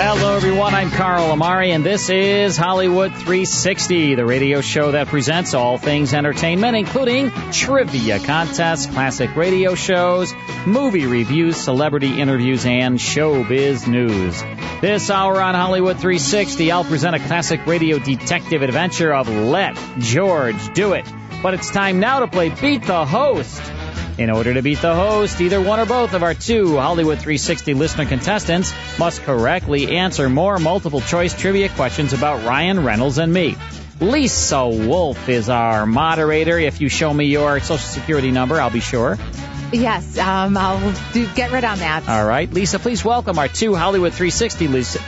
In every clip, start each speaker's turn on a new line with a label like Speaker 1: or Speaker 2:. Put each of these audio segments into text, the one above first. Speaker 1: Hello, everyone. I'm Carl Amari, and this is Hollywood 360, the radio show that presents all things entertainment, including trivia contests, classic radio shows, movie reviews, celebrity interviews, and showbiz news. This hour on Hollywood 360, I'll present a classic radio detective adventure of Let George Do It. But it's time now to play Beat the Host. In order to beat the host, either one or both of our two Hollywood 360 listener contestants must correctly answer more multiple choice trivia questions about Ryan Reynolds and me. Lisa Wolf is our moderator. If you show me your social security number, I'll be sure.
Speaker 2: Yes, um, I'll do, get rid on that.
Speaker 1: All right, Lisa, please welcome our two Hollywood 360 Lisa,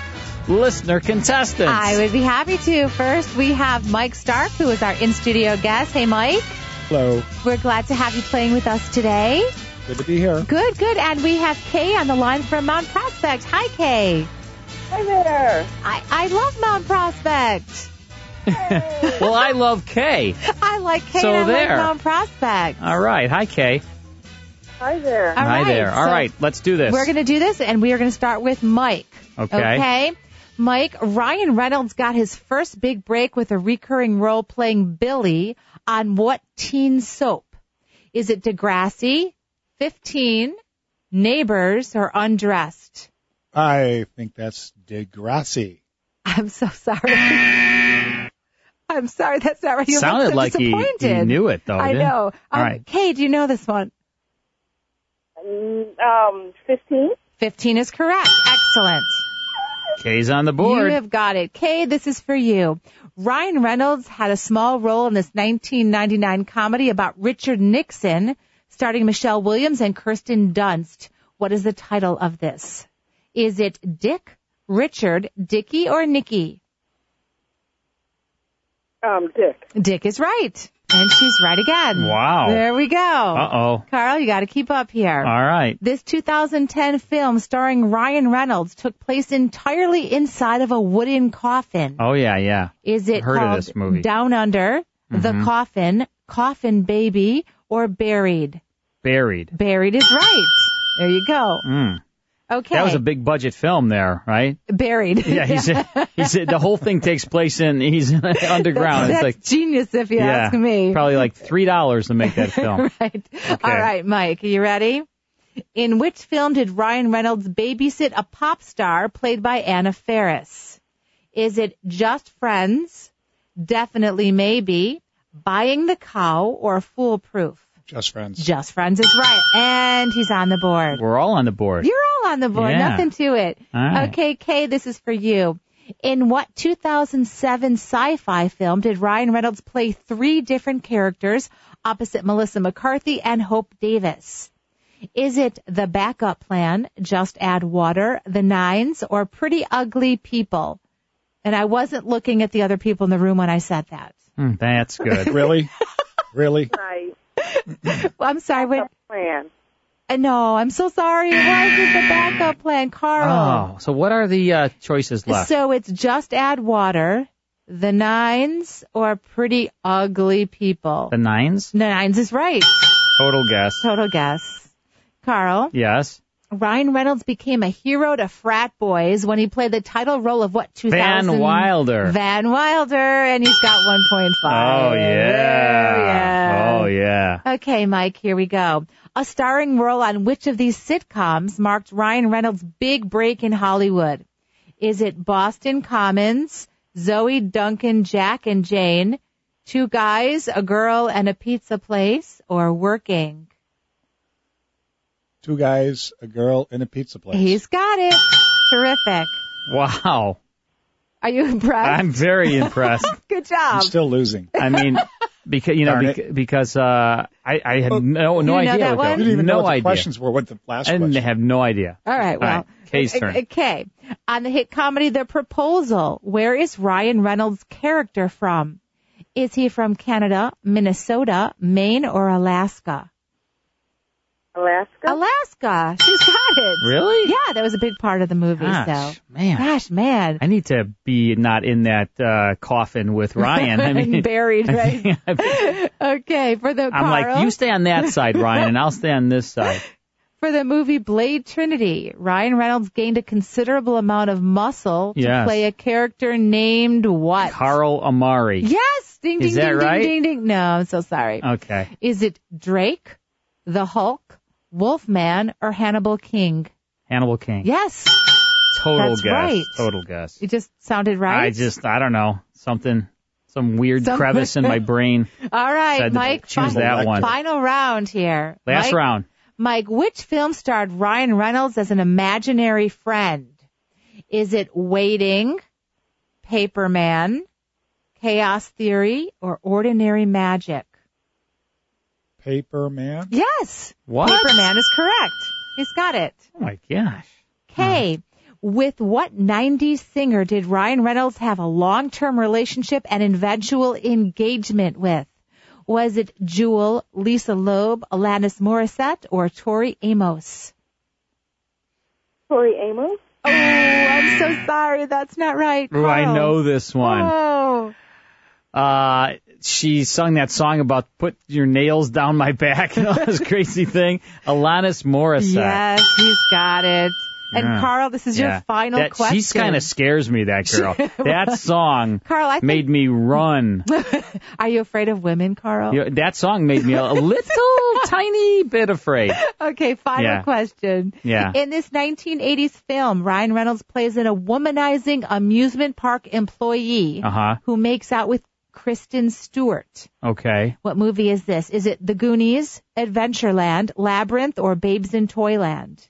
Speaker 1: listener contestants.
Speaker 2: I would be happy to. First, we have Mike Stark, who is our in studio guest. Hey, Mike.
Speaker 3: Hello.
Speaker 2: We're glad to have you playing with us today.
Speaker 3: Good to be here.
Speaker 2: Good, good. And we have Kay on the line from Mount Prospect. Hi, Kay.
Speaker 4: Hi there.
Speaker 2: I, I love Mount Prospect.
Speaker 1: Hey. well, I love Kay.
Speaker 2: I like Kay so and I there. like Mount Prospect.
Speaker 1: All right. Hi, Kay.
Speaker 4: Hi there.
Speaker 1: All right, Hi there. All
Speaker 2: so
Speaker 1: right, let's do this.
Speaker 2: We're going to do this, and we are going to start with Mike.
Speaker 1: Okay.
Speaker 2: Okay. Mike, Ryan Reynolds got his first big break with a recurring role playing Billy on what teen soap? Is it Degrassi, 15, Neighbors, or Undressed?
Speaker 3: I think that's Degrassi.
Speaker 2: I'm so sorry. I'm sorry, that's not right. You
Speaker 1: sounded
Speaker 2: so
Speaker 1: like he, he, knew it, though.
Speaker 2: I know. Um,
Speaker 1: All right.
Speaker 2: Kay, do you know this one?
Speaker 4: Um, 15.
Speaker 2: 15 is correct. Excellent.
Speaker 1: Kay's on the board.
Speaker 2: You have got it. Kay, this is for you. Ryan Reynolds had a small role in this 1999 comedy about Richard Nixon, starring Michelle Williams and Kirsten Dunst. What is the title of this? Is it Dick, Richard, Dickie, or Nicky?
Speaker 4: Um, Dick.
Speaker 2: Dick is right. And she's right again.
Speaker 1: Wow.
Speaker 2: There we go.
Speaker 1: Uh oh.
Speaker 2: Carl, you got to keep up here.
Speaker 1: All right.
Speaker 2: This 2010 film starring Ryan Reynolds took place entirely inside of a wooden coffin.
Speaker 1: Oh yeah, yeah.
Speaker 2: Is it
Speaker 1: heard
Speaker 2: called
Speaker 1: of this movie.
Speaker 2: Down Under, mm-hmm. The Coffin, Coffin Baby, or Buried?
Speaker 1: Buried.
Speaker 2: Buried is right. There you go.
Speaker 1: Mm.
Speaker 2: Okay.
Speaker 1: That was a big budget film there, right?
Speaker 2: Buried.
Speaker 1: Yeah, he said, he said the whole thing takes place in he's underground.
Speaker 2: That's,
Speaker 1: it's like
Speaker 2: genius if you
Speaker 1: yeah,
Speaker 2: ask me.
Speaker 1: Probably like three dollars to make that film.
Speaker 2: right. Okay. All right, Mike, are you ready? In which film did Ryan Reynolds babysit a pop star played by Anna Faris? Is it Just Friends, Definitely Maybe, Buying the Cow, or Foolproof?
Speaker 3: Just Friends.
Speaker 2: Just Friends is right. And he's on the board.
Speaker 1: We're all on the board.
Speaker 2: You're all on the board.
Speaker 1: Yeah.
Speaker 2: Nothing to it.
Speaker 1: Right.
Speaker 2: Okay, Kay, this is for you. In what 2007 sci-fi film did Ryan Reynolds play three different characters opposite Melissa McCarthy and Hope Davis? Is it The Backup Plan, Just Add Water, The Nines, or Pretty Ugly People? And I wasn't looking at the other people in the room when I said that.
Speaker 1: Mm, that's good.
Speaker 3: really? Really?
Speaker 4: Nice.
Speaker 2: well, I'm sorry. Wait.
Speaker 4: plan.
Speaker 2: Uh, no, I'm so sorry. Why is it the backup plan, Carl?
Speaker 1: Oh, so what are the uh, choices left?
Speaker 2: So it's just add water, the nines, or pretty ugly people.
Speaker 1: The nines?
Speaker 2: The nines is right.
Speaker 1: Total guess.
Speaker 2: Total guess. Carl?
Speaker 1: Yes.
Speaker 2: Ryan Reynolds became a hero to frat boys when he played the title role of what 2000?
Speaker 1: Van Wilder.
Speaker 2: Van Wilder, and he's got 1.5.
Speaker 1: Oh yeah.
Speaker 2: Oh
Speaker 1: yeah.
Speaker 2: Okay, Mike, here we go. A starring role on which of these sitcoms marked Ryan Reynolds' big break in Hollywood? Is it Boston Commons, Zoe Duncan, Jack and Jane, Two guys, a girl, and a pizza place, or working?
Speaker 3: Two guys, a girl, and a pizza place.
Speaker 2: He's got it. Terrific.
Speaker 1: Wow.
Speaker 2: Are you impressed?
Speaker 1: I'm very impressed.
Speaker 2: Good job.
Speaker 3: losing.
Speaker 1: I mean, because you know,
Speaker 3: Darn
Speaker 1: beca- because uh, I, I had no
Speaker 3: you
Speaker 1: no
Speaker 3: know
Speaker 1: idea.
Speaker 2: Oh, that one?
Speaker 1: what
Speaker 3: You didn't even
Speaker 1: no
Speaker 3: know what the
Speaker 1: idea.
Speaker 3: questions were. What the last
Speaker 1: I didn't have no idea.
Speaker 2: All right. Well,
Speaker 1: All right, Kay's turn.
Speaker 2: Okay. On the hit comedy The Proposal, where is Ryan Reynolds' character from? Is he from Canada, Minnesota, Maine, or Alaska?
Speaker 4: Alaska.
Speaker 2: Alaska. She's got it.
Speaker 1: Really?
Speaker 2: Yeah, that was a big part of the movie.
Speaker 1: Gosh,
Speaker 2: so,
Speaker 1: man.
Speaker 2: gosh, man.
Speaker 1: I need to be not in that uh, coffin with Ryan. I mean,
Speaker 2: buried,
Speaker 1: I
Speaker 2: right?
Speaker 1: think I've-
Speaker 2: okay, for the
Speaker 1: I'm like,
Speaker 2: Carl,
Speaker 1: you stay on that side, Ryan, and I'll stay on this side.
Speaker 2: for the movie Blade Trinity, Ryan Reynolds gained a considerable amount of muscle to
Speaker 1: Yes.
Speaker 2: play a character named what?
Speaker 1: Carl Amari.
Speaker 2: Yes, ding ding
Speaker 1: Is that
Speaker 2: ding
Speaker 1: right? Oh,
Speaker 2: ding ding ding. No, I'm so sorry.
Speaker 1: Okay.
Speaker 2: Is it Drake, the Hulk, Wolfman, or Hannibal King?
Speaker 1: Hannibal King.
Speaker 2: Yes,
Speaker 1: Total
Speaker 2: that's
Speaker 1: guess.
Speaker 2: right.
Speaker 1: Total guess.
Speaker 2: it just sounded right.
Speaker 1: I just, I don't know, something, some weird
Speaker 2: Some-
Speaker 1: crevice in my brain.
Speaker 2: All
Speaker 1: Said
Speaker 2: right,
Speaker 1: to
Speaker 2: Mike.
Speaker 1: choose
Speaker 2: fi-
Speaker 1: that one.
Speaker 2: Final round here.
Speaker 1: Last
Speaker 2: Mike,
Speaker 1: round.
Speaker 2: Mike, which film starred Ryan Reynolds as an imaginary friend? Is it Waiting, Paperman, Chaos Theory, or Ordinary Magic?
Speaker 3: Paper man.
Speaker 2: Yes.
Speaker 3: What?
Speaker 2: Paperman is correct. He's got it.
Speaker 1: Oh my gosh.
Speaker 2: Okay. With what 90s singer did Ryan Reynolds have a long-term relationship and eventual engagement with? Was it Jewel, Lisa Loeb, Alanis Morissette, or Tori Amos?
Speaker 4: Tori Amos.
Speaker 2: Oh, I'm so sorry. That's not right.
Speaker 1: Ooh, I
Speaker 2: Carl.
Speaker 1: know this one.
Speaker 2: Oh.
Speaker 1: Uh, she sung that song about put your nails down my back and all this crazy thing. Alanis Morissette.
Speaker 2: Yes, he's got it. And
Speaker 1: Yeah.
Speaker 2: Carl, this is
Speaker 1: Yeah.
Speaker 2: your final
Speaker 1: that,
Speaker 2: question.
Speaker 1: She kind of scares me, that girl. that song
Speaker 2: Carl, I think-
Speaker 1: made me run.
Speaker 2: Are you afraid of women, Carl?
Speaker 1: You know, that song made me a little tiny bit afraid.
Speaker 2: Okay, final
Speaker 1: Yeah.
Speaker 2: question.
Speaker 1: Yeah.
Speaker 2: In this 1980s film, Ryan Reynolds plays in a womanizing amusement park employee
Speaker 1: Uh huh.
Speaker 2: who makes out with Kristen Stewart.
Speaker 1: Okay.
Speaker 2: What movie is this? Is it The Goonies, Adventureland, Labyrinth, or Babes in Toyland?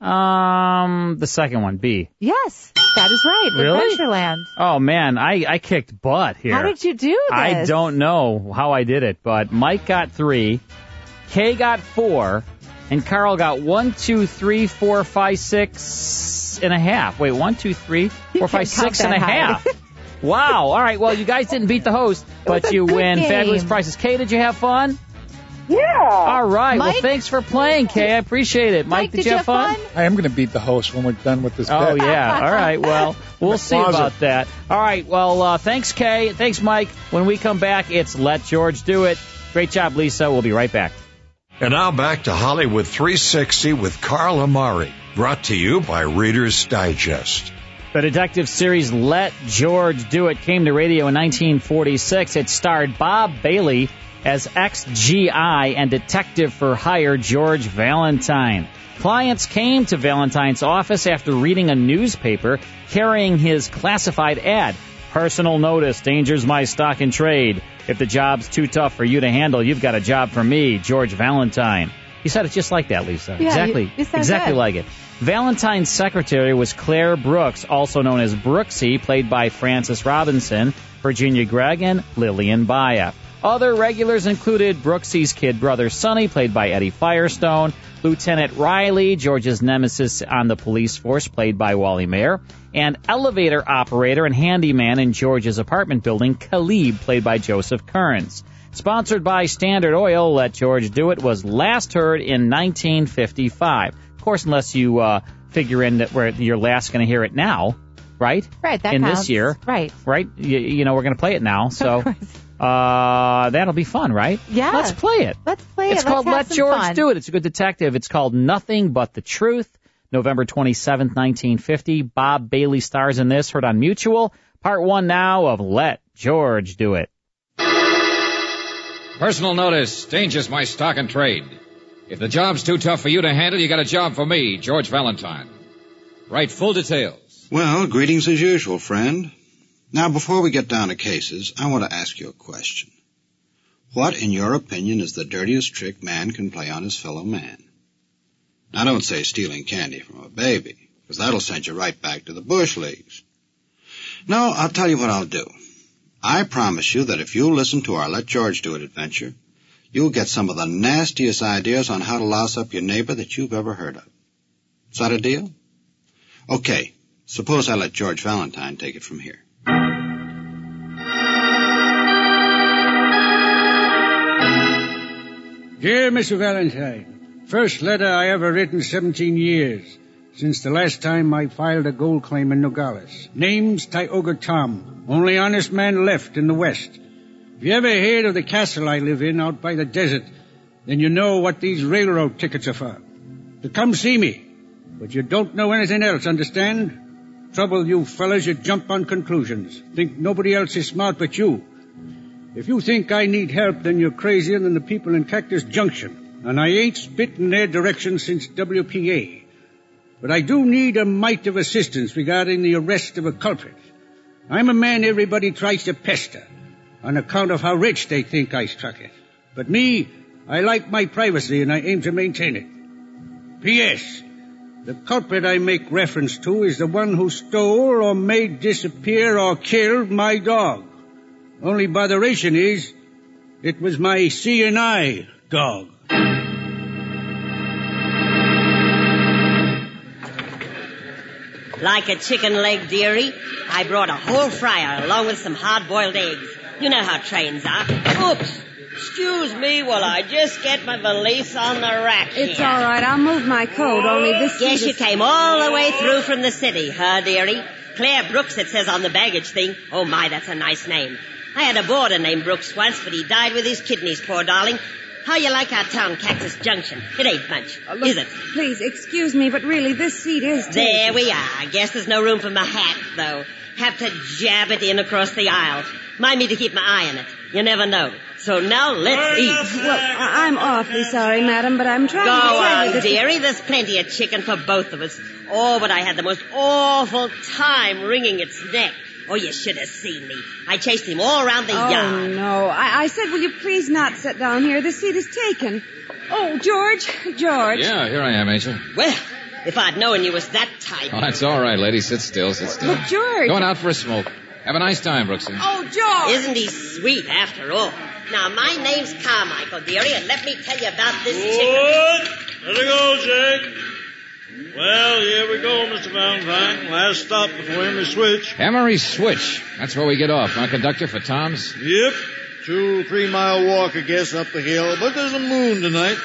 Speaker 1: Um, the second one, B.
Speaker 2: Yes, that is right.
Speaker 1: Really?
Speaker 2: Adventureland.
Speaker 1: Oh man, I I kicked butt here.
Speaker 2: How did you do this?
Speaker 1: I don't know how I did it, but Mike got three, Kay got four, and Carl got one, two, three, four, five, six and a half. Wait, one, two, three, four, five,
Speaker 2: can't count
Speaker 1: six and a
Speaker 2: that high.
Speaker 1: half. Wow. All right. Well, you guys didn't beat the host, but you win
Speaker 2: game.
Speaker 1: fabulous prizes. Kay, did you have fun?
Speaker 4: Yeah.
Speaker 1: All right.
Speaker 2: Mike?
Speaker 1: Well, thanks for playing, Kay. I appreciate it. Mike,
Speaker 2: Mike, did you have fun?
Speaker 3: I am going to beat the host when we're done with this.
Speaker 1: Oh
Speaker 3: bet.
Speaker 1: yeah. All right. Well, we'll see
Speaker 3: Closet.
Speaker 1: about that. All right. Well, uh, thanks, Kay. Thanks, Mike. When we come back, it's Let George Do It. Great job, Lisa. We'll be right back.
Speaker 5: And now back to Hollywood 360 with Carl Amari, brought to you by Reader's Digest.
Speaker 1: The detective series Let George Do It came to radio in 1946. It starred Bob Bailey as ex-GI and detective for hire George Valentine. Clients came to Valentine's office after reading a newspaper carrying his classified ad. Personal notice, danger's my stock and trade. If the job's too tough for you to handle, you've got a job for me, George Valentine. You said it just like that, Lisa.
Speaker 2: you-
Speaker 1: exactly.
Speaker 2: you sound
Speaker 1: exactly
Speaker 2: good.
Speaker 1: like it. Valentine's secretary was Claire Brooks, also known as Brooksy, played by Frances Robinson, Virginia Gregg, and Lillian Baya. Other regulars included Brooksy's kid brother Sonny, played by Eddie Firestone, Lieutenant Riley, George's nemesis on the police force, played by Wally Mayer, and elevator operator and handyman in George's apartment building, Khalib, played by Joseph Kearns. Sponsored by Standard Oil, Let George Do It was last heard in 1955. Of course, unless you uh, figure in that where you're last going to hear it now, right?
Speaker 2: Right, that
Speaker 1: in
Speaker 2: counts.
Speaker 1: this year,
Speaker 2: Right.
Speaker 1: right? You, you know, we're going to play it now, so uh, that'll be fun, right?
Speaker 2: Yeah.
Speaker 1: Let's play it.
Speaker 2: Let's play it.
Speaker 1: It's called
Speaker 2: Let's have
Speaker 1: Let
Speaker 2: some
Speaker 1: George
Speaker 2: fun.
Speaker 1: Do It. It's a good detective. It's called Nothing But the Truth. November 27th, 1950. Bob Bailey stars in this, heard on Mutual. Part one now of Let George Do It.
Speaker 6: Personal notice. Danger's my stock and trade. If the job's too tough for you to handle, you got a job for me, George Valentine. Write full details.
Speaker 7: Well, greetings as usual, friend. Now, before we get down to cases, I want to ask you a question. What, in your opinion, is the dirtiest trick man can play on his fellow man? Now, don't say stealing candy from a baby, because that'll send you right back to the Bush Leagues. No, I'll tell you what I'll do. I promise you that if you'll listen to our Let George Do It adventure, you'll get some of the nastiest ideas on how to louse up your neighbor that you've ever heard of. Is that a deal? Okay, suppose I let George Valentine take it from here.
Speaker 8: Dear Mr. Valentine, first letter I ever written 17 years since the last time I filed a gold claim in Nogales. Name's Tioga Tom, only honest man left in the West. If you ever heard of the castle I live in out by the desert, then you know what these railroad tickets are for. To come see me. But you don't know anything else, understand? Trouble you fellas, you jump on conclusions. Think nobody else is smart but you. If you think I need help, then you're crazier than the people in Cactus Junction. And I ain't spit in their direction since WPA. But I do need a mite of assistance regarding the arrest of a culprit. I'm a man everybody tries to pester on account of how rich they think I struck it. But me, I like my privacy and I aim to maintain it. P.S. The culprit I make reference to is the one who stole or made disappear or killed my dog. Only botheration is, it was my C and I dog.
Speaker 9: Like a chicken leg, dearie, I brought a whole fryer along with some hard-boiled eggs. You know how trains are. Oops. Excuse me while I just get my valise on the rack
Speaker 10: It's
Speaker 9: here.
Speaker 10: all right. I'll move my coat, only this
Speaker 9: Yes,
Speaker 10: is...
Speaker 9: you came all the way through from the city, huh, dearie? Claire Brooks, it says on the baggage thing. Oh, my, that's a nice name. I had a boarder named Brooks once, but he died with his kidneys, poor darling. How you like our town, Cactus Junction? It ain't much,
Speaker 10: Uh,
Speaker 9: is it?
Speaker 10: Please, excuse me, but really, this seat is... taken.
Speaker 9: There we are. I guess there's no room for my hat, though. Have to jab it in across the aisle. Mind me to keep my eye on it. You never know. So now let's eat.
Speaker 10: Well, I- I'm awfully sorry, madam, but I'm trying to tell you
Speaker 9: Go on,
Speaker 10: that...
Speaker 9: dearie. There's plenty of chicken for both of us. Oh, but I had the most awful time wringing its neck. Oh, you should have seen me. I chased him all around the
Speaker 10: oh,
Speaker 9: yard.
Speaker 10: no. I-, I said, will you please not sit down here? This seat is taken. Oh, George, George.
Speaker 6: Yeah, here I am, Angel.
Speaker 9: Well, if I'd known you was that type.
Speaker 6: Oh, that's all right, lady. Sit still, sit still.
Speaker 10: Look, George.
Speaker 6: Going out for a smoke. Have a nice time, Brooksy.
Speaker 9: Oh, George! Isn't he sweet after all? Now, my name's Carmichael, dearie, and let me tell you about this
Speaker 11: Good.
Speaker 9: chicken.
Speaker 11: Let it go, Jake. Well, here we go, Mr. Valentine. Last stop before Emery Switch.
Speaker 6: Emery Switch. That's where we get off. Now, conductor for Tom's.
Speaker 11: Yep. Two, three mile walk, I guess, up the hill, but there's a moon tonight.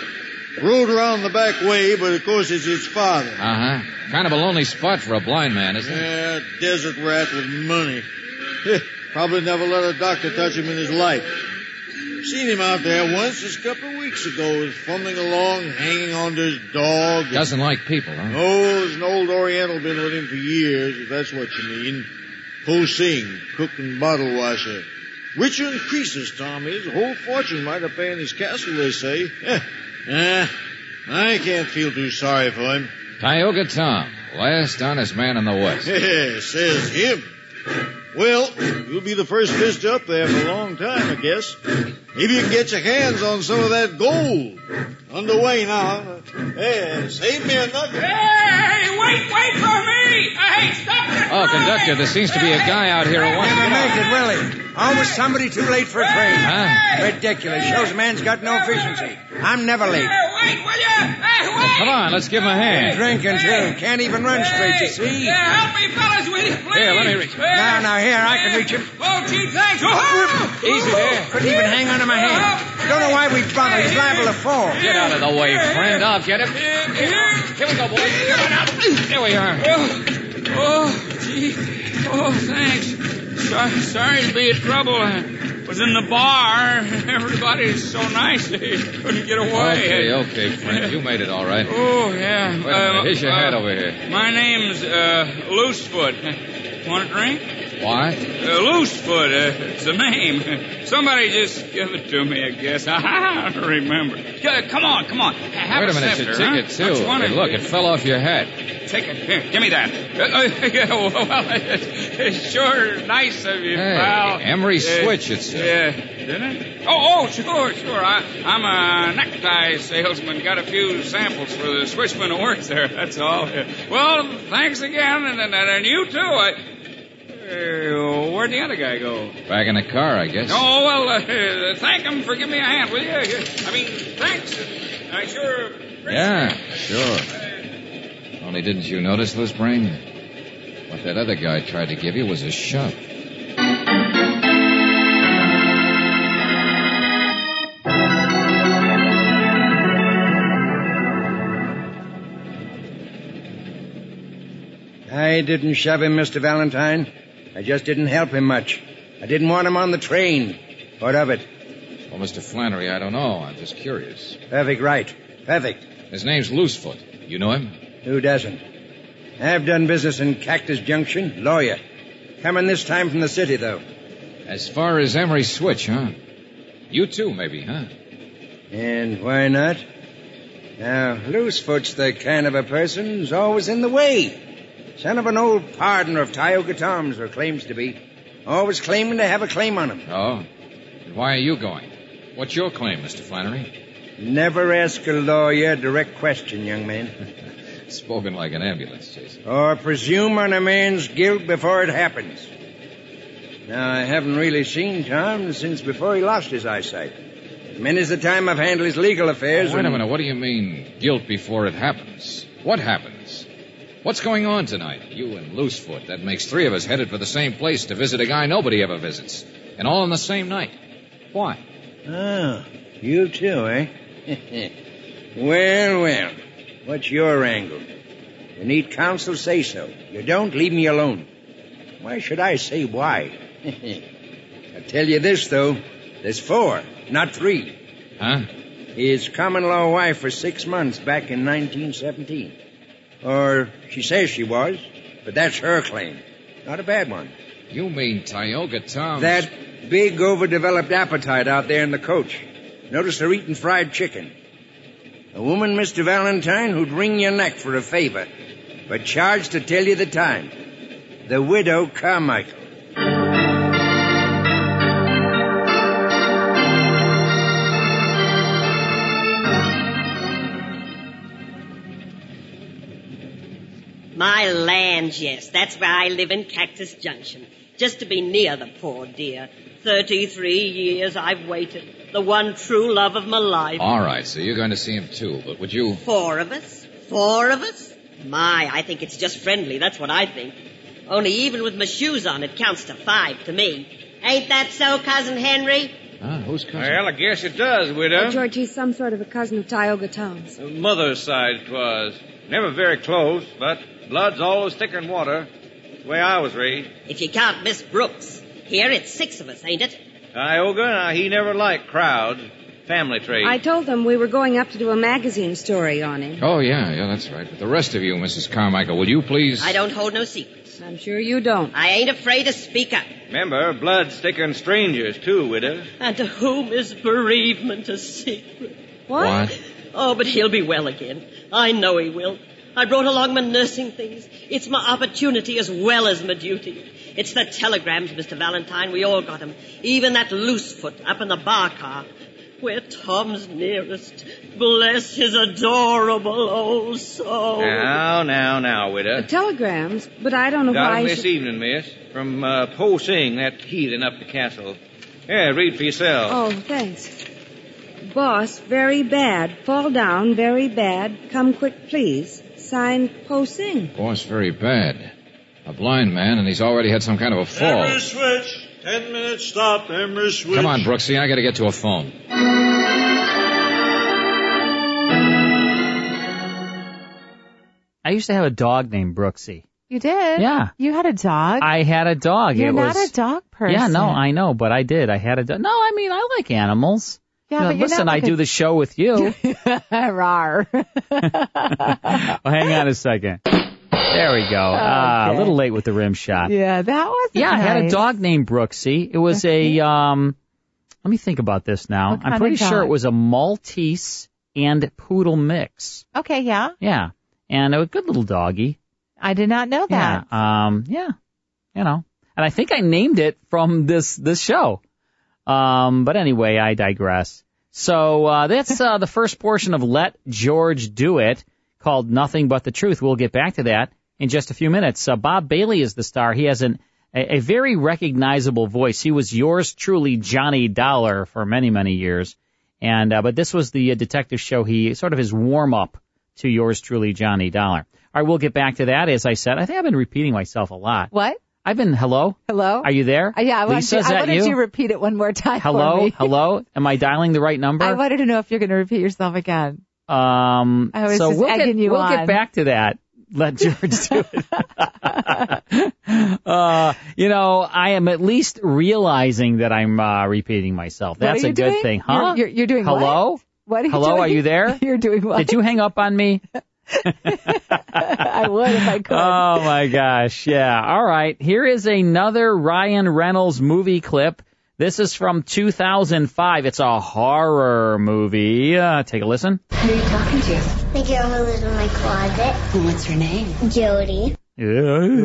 Speaker 11: Rode around the back way, but of course it's his father.
Speaker 6: Uh huh. Kind of a lonely spot for a blind man, isn't it?
Speaker 11: Yeah, desert rat with money. Heh, Probably never let a doctor touch him in his life. Seen him out there once just a couple of weeks ago. He was fumbling along, hanging on to his dog.
Speaker 6: Doesn't like people, huh?
Speaker 11: Oh, there's an old Oriental been with him for years, if that's what you mean. Ho Sing, cook and bottle washer. Richer increases, Tom is. A whole fortune might have paid in his castle, they say. Eh, eh, I can't feel too sorry for him.
Speaker 6: Tioga Tom, last honest man in the West.
Speaker 11: Yeah, says him. Well, you'll be the first fist up there for a long time, I guess. Maybe you can get your hands on some of that gold. Underway now. Hey, save me another. Hey, wait, wait for me! Hey, stop it!
Speaker 6: Oh, conductor, there seems to be a guy out here who wants to
Speaker 12: Never make it, will he? Always somebody too late for a train.
Speaker 6: Huh?
Speaker 12: Ridiculous. Shows a man's got no efficiency. I'm never late.
Speaker 6: Come on, let's give him a hand.
Speaker 12: Drinking too. Can't even run straight, you see?
Speaker 13: help me, fellas, will you please?
Speaker 6: Here, let me reach him.
Speaker 12: Now, now, here, I can reach him.
Speaker 13: Oh, gee, thanks. Oh,
Speaker 12: Easy there. Couldn't even hang onto my hand. Don't know why we bother. He's liable to fall.
Speaker 6: Get out of the way, friend. I'll get him. Here we go, boys. Come on out. There we are.
Speaker 13: oh, gee. Oh, thanks. Sorry, sorry to be in trouble. I was in the bar. Everybody's so nice. They couldn't get away.
Speaker 6: Okay, okay, friend. You made it all right.
Speaker 13: Oh, yeah.
Speaker 6: Wait a minute.
Speaker 13: Uh,
Speaker 6: Here's your hat
Speaker 13: uh,
Speaker 6: over here.
Speaker 13: My name's uh, Loosefoot. Want a drink?
Speaker 6: Why?
Speaker 13: Uh, Loosefoot, uh, it's the name. Somebody just give it to me, I guess. I don't remember. Uh, come on, come on. Have
Speaker 6: Wait a minute,
Speaker 13: sifter,
Speaker 6: your ticket,
Speaker 13: huh?
Speaker 6: too.
Speaker 13: Don't you want
Speaker 6: Hey,
Speaker 13: it?
Speaker 6: look, it fell off your hat.
Speaker 13: Take it. Here, give me that. Uh, uh, yeah, well, it's, it's sure nice of you,
Speaker 6: Hey,
Speaker 13: pal.
Speaker 6: Emery
Speaker 13: Uh,
Speaker 6: Switch, it's.
Speaker 13: yeah, didn't it? Oh, oh, sure, sure. I, I'm a necktie salesman. Got a few samples for the switchman who works there. That's all. Well, thanks again, and and, and you too. I, uh, where'd the other guy go?
Speaker 6: Back in the car, I guess.
Speaker 13: Oh well, uh, thank him for giving me a hand, will you? I mean, thanks. I sure.
Speaker 6: Yeah, sure. Only didn't you notice, Loose Brain? What that other guy tried to give you was a shove.
Speaker 14: I didn't shove him, Mr. Valentine. I just didn't help him much. I didn't want him on the train. What of it?
Speaker 6: Well, Mr. Flannery, I don't know. Oh, I'm just curious.
Speaker 14: Perfect right. Perfect.
Speaker 6: His name's Loosefoot. You know him?
Speaker 14: Who doesn't? I've done business in Cactus Junction, lawyer. Coming this time from the city, though.
Speaker 6: As far as Emery Switch, huh? You too, maybe, huh?
Speaker 14: And why not? Now, Loosefoot's the kind of a person who's always in the way. Son of an old pardoner of Tioga Tom's, or claims to be. Always claiming to have a claim on him.
Speaker 6: Oh? And why are you going? What's your claim, Mr. Flannery?
Speaker 14: Never ask a lawyer a direct question, young man.
Speaker 6: Spoken like an ambulance chaser.
Speaker 14: or presume on a man's guilt before it happens. Now, I haven't really seen Tom since before he lost his eyesight. Many's the time I've handled his legal affairs.
Speaker 6: Wait a
Speaker 14: and-
Speaker 6: minute. What do you mean, guilt before it happens? What happens? What's going on tonight? You and Loosefoot. That makes three of us headed for the same place to visit a guy nobody ever visits. And all on the same night. Why?
Speaker 14: Oh, you too, eh? well, well. What's your angle? You need counsel, say so. You don't, leave me alone. Why should I say why? I tell you this, though. There's four, not three.
Speaker 6: Huh?
Speaker 14: His common law wife for six months back in 1917. Or she says she was, but that's her claim. Not a bad one.
Speaker 6: You mean Tioga Tom's...
Speaker 14: That big overdeveloped appetite out there in the coach. Notice they're eating fried chicken. A woman, Mr. Valentine, who'd wring your neck for a favor, but charged to tell you the time. The widow Carmichael.
Speaker 9: My land, yes. That's where I live in Cactus Junction. Just to be near the poor dear. 33 years I've waited. The one true love of my life.
Speaker 6: All right, so you're going to see him too, but would you...
Speaker 9: Four of us? Four of us? My, I think it's just friendly. That's what I think. Only even with my shoes on, it counts to five to me. Ain't that so, Cousin Henry?
Speaker 6: Ah, who's cousin?
Speaker 15: Well, I guess it does,
Speaker 10: Oh,
Speaker 15: widow.
Speaker 10: George, he's some sort of a cousin of Tioga Tom's.
Speaker 15: Mother's side 'twas. Never very close, but blood's always thicker than water. The way I was raised.
Speaker 9: If you count Miss Brooks. Here it's six of us, ain't it?
Speaker 15: Ioga, now, he never liked crowds. Family trade.
Speaker 10: I told them we were going up to do a magazine story on him.
Speaker 6: Oh, yeah, yeah, that's right. But the rest of you, Mrs. Carmichael, will you please...
Speaker 9: I don't hold no secrets.
Speaker 10: I'm sure you don't.
Speaker 9: I ain't afraid to speak up.
Speaker 15: Remember, blood's thicker than strangers, too, widow.
Speaker 9: And to whom is bereavement a secret?
Speaker 15: What?
Speaker 9: Oh, but he'll be well again. I know he will. I brought along my nursing things. It's my opportunity as well as my duty. It's the telegrams, Mr. Valentine. We all got 'em. Even that loose foot up in the bar car. Where Tom's nearest. Bless his adorable old soul.
Speaker 15: Now, now, now, widow.
Speaker 10: Telegrams, but I don't know
Speaker 15: Got
Speaker 10: why.
Speaker 15: 'em
Speaker 10: I
Speaker 15: this
Speaker 10: should-
Speaker 15: evening, miss. From uh, Po Sing, that heathen up the castle. Yeah, read for yourself.
Speaker 10: Oh, thanks. Boss, very bad. Fall down, very bad. Come quick, please. Signed, Po Sing.
Speaker 6: Boss, very bad. A blind man, and he's already had some kind of a fall.
Speaker 11: Emery switch. Ten minutes stop. Emery switch.
Speaker 6: Come on, Brooksy, I gotta get to a phone.
Speaker 1: I used to have a dog named Brooksy.
Speaker 2: You did?
Speaker 1: Yeah.
Speaker 2: You had a dog?
Speaker 1: I had a dog.
Speaker 2: You're
Speaker 1: it
Speaker 2: not
Speaker 1: was...
Speaker 2: a dog person.
Speaker 1: Yeah, no, I know, but I did. I had a dog. No, I mean, I like animals.
Speaker 2: Yeah,
Speaker 1: You know,
Speaker 2: but you're
Speaker 1: listen,
Speaker 2: not like
Speaker 1: I do
Speaker 2: a-
Speaker 1: the show with you.
Speaker 2: Rar.
Speaker 1: Uh, Oh, hang on a second. There we go. Ah, a
Speaker 2: Oh, Okay.
Speaker 1: little late with the rim shot.
Speaker 2: Yeah, that was
Speaker 1: Yeah, I had a
Speaker 2: nice.
Speaker 1: dog named Brooksy. It was a um let me think about this now.
Speaker 2: kind
Speaker 1: I'm
Speaker 2: of
Speaker 1: pretty sure
Speaker 2: dog?
Speaker 1: it was a Maltese and poodle mix.
Speaker 2: Okay, yeah.
Speaker 1: Yeah. and a good little doggy.
Speaker 2: I did not know that.
Speaker 1: Yeah, um, yeah, you know, and I think I named it from this this show. Um, but anyway, I digress. So uh, that's uh, the first portion of Let George Do It, called Nothing But the Truth. We'll get back to that in just a few minutes. Uh, Bob Bailey is the star. He has an a, a very recognizable voice. He was yours truly, Johnny Dollar, for many many years. And uh, but this was the uh, detective show. He sort of his warm up to yours truly, Johnny Dollar. All right, we'll get back to that. As I said, I think I've been repeating myself a lot.
Speaker 2: What?
Speaker 1: I've been hello.
Speaker 2: Hello.
Speaker 1: Are you there?
Speaker 2: Uh, yeah, I wanted,
Speaker 1: Lisa,
Speaker 2: you,
Speaker 1: is
Speaker 2: I
Speaker 1: that
Speaker 2: wanted
Speaker 1: you?
Speaker 2: you to repeat it one more time. for
Speaker 1: hello,
Speaker 2: me.
Speaker 1: hello. Am I dialing the right number?
Speaker 2: I wanted to know if you're going to repeat yourself again.
Speaker 1: Um,
Speaker 2: I was
Speaker 1: so
Speaker 2: just
Speaker 1: we'll, get,
Speaker 2: egging you
Speaker 1: we'll
Speaker 2: on.
Speaker 1: get back to that. Let George do it. uh, you know, I am at least realizing that I'm uh, repeating myself.
Speaker 2: What are
Speaker 1: That's a
Speaker 2: you
Speaker 1: good
Speaker 2: doing?
Speaker 1: thing, huh?
Speaker 2: You're, you're, you're doing
Speaker 1: hello.
Speaker 2: What? What are you
Speaker 1: Hello,
Speaker 2: doing?
Speaker 1: are you there?
Speaker 2: You're doing what?
Speaker 1: Did you hang up on me?
Speaker 2: I would if I could.
Speaker 1: Oh my gosh. Yeah. All right. Here is another Ryan Reynolds movie clip. This is from 2005. It's a horror movie. Uh, take a listen.
Speaker 16: Who are you talking to? The girl who lives in my closet. What's her name? Jody.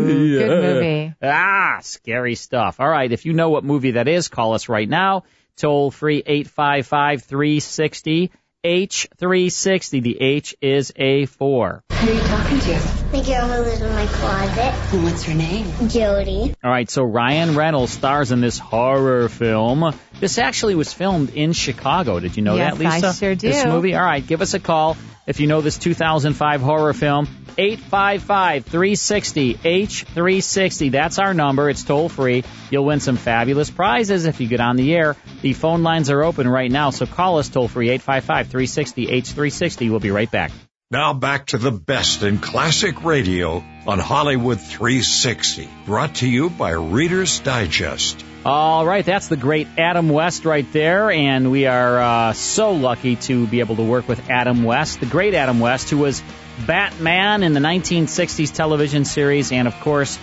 Speaker 1: movie. Ah, scary stuff. All right. If you know what movie that is, call us right now. Toll free 855 360 H360. The H is A4.
Speaker 16: Who are you talking to? The girl who lives in my closet. What's her name? Jody.
Speaker 1: All right, so Ryan Reynolds stars in this horror film. This actually was filmed in Chicago. Did you know
Speaker 2: Yes,
Speaker 1: that, Lisa?
Speaker 2: I sure do.
Speaker 1: This movie. All right, give us a call if you know this 2005 horror film. 855-360-H360. That's our number. It's toll free. You'll win some fabulous prizes if you get on the air. The phone lines are open right now, so call us toll free 855-360-H360. We'll be right back.
Speaker 5: Now back to the best in classic radio on Hollywood 360, brought to you by Reader's Digest.
Speaker 1: All right, that's the great Adam West right there, and we are uh, so lucky to be able to work with Adam West, the great Adam West, who was Batman in the 1960s television series, and of course,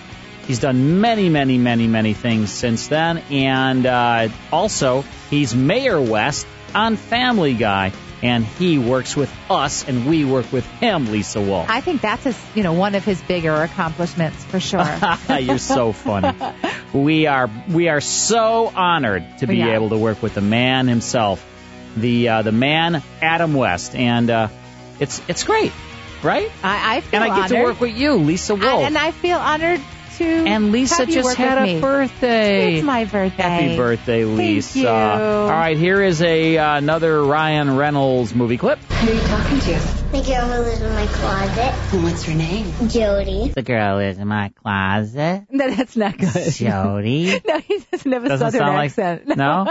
Speaker 1: he's done many, many, many, many things since then, and uh, also he's Mayor West on Family Guy, and he works with us, and we work with him, Lisa Wolf.
Speaker 2: I think that's his, you know, one of his bigger accomplishments for sure.
Speaker 1: You're so funny. We are we are so honored to be
Speaker 2: Yeah.
Speaker 1: able to work with the man himself, the uh, the man Adam West, and uh, it's it's great, right?
Speaker 2: I, I feel
Speaker 1: and I get to
Speaker 2: honored.
Speaker 1: work with you, Lisa Wolf.
Speaker 2: And, and I feel honored to.
Speaker 1: And Lisa
Speaker 2: have you
Speaker 1: just
Speaker 2: work
Speaker 1: had
Speaker 2: with
Speaker 1: a
Speaker 2: me.
Speaker 1: birthday.
Speaker 2: It's my birthday.
Speaker 1: Happy birthday, Lisa!
Speaker 2: you.
Speaker 1: All right, here is a uh, another Ryan Reynolds movie clip.
Speaker 16: Who are you talking to? The girl who lives in my closet. What's her name? Jody.
Speaker 1: The girl is in my closet.
Speaker 2: No, that's not good.
Speaker 1: Jody.
Speaker 2: No, he doesn't have a
Speaker 1: Doesn't
Speaker 2: southern
Speaker 1: sound like-
Speaker 2: accent.
Speaker 1: No.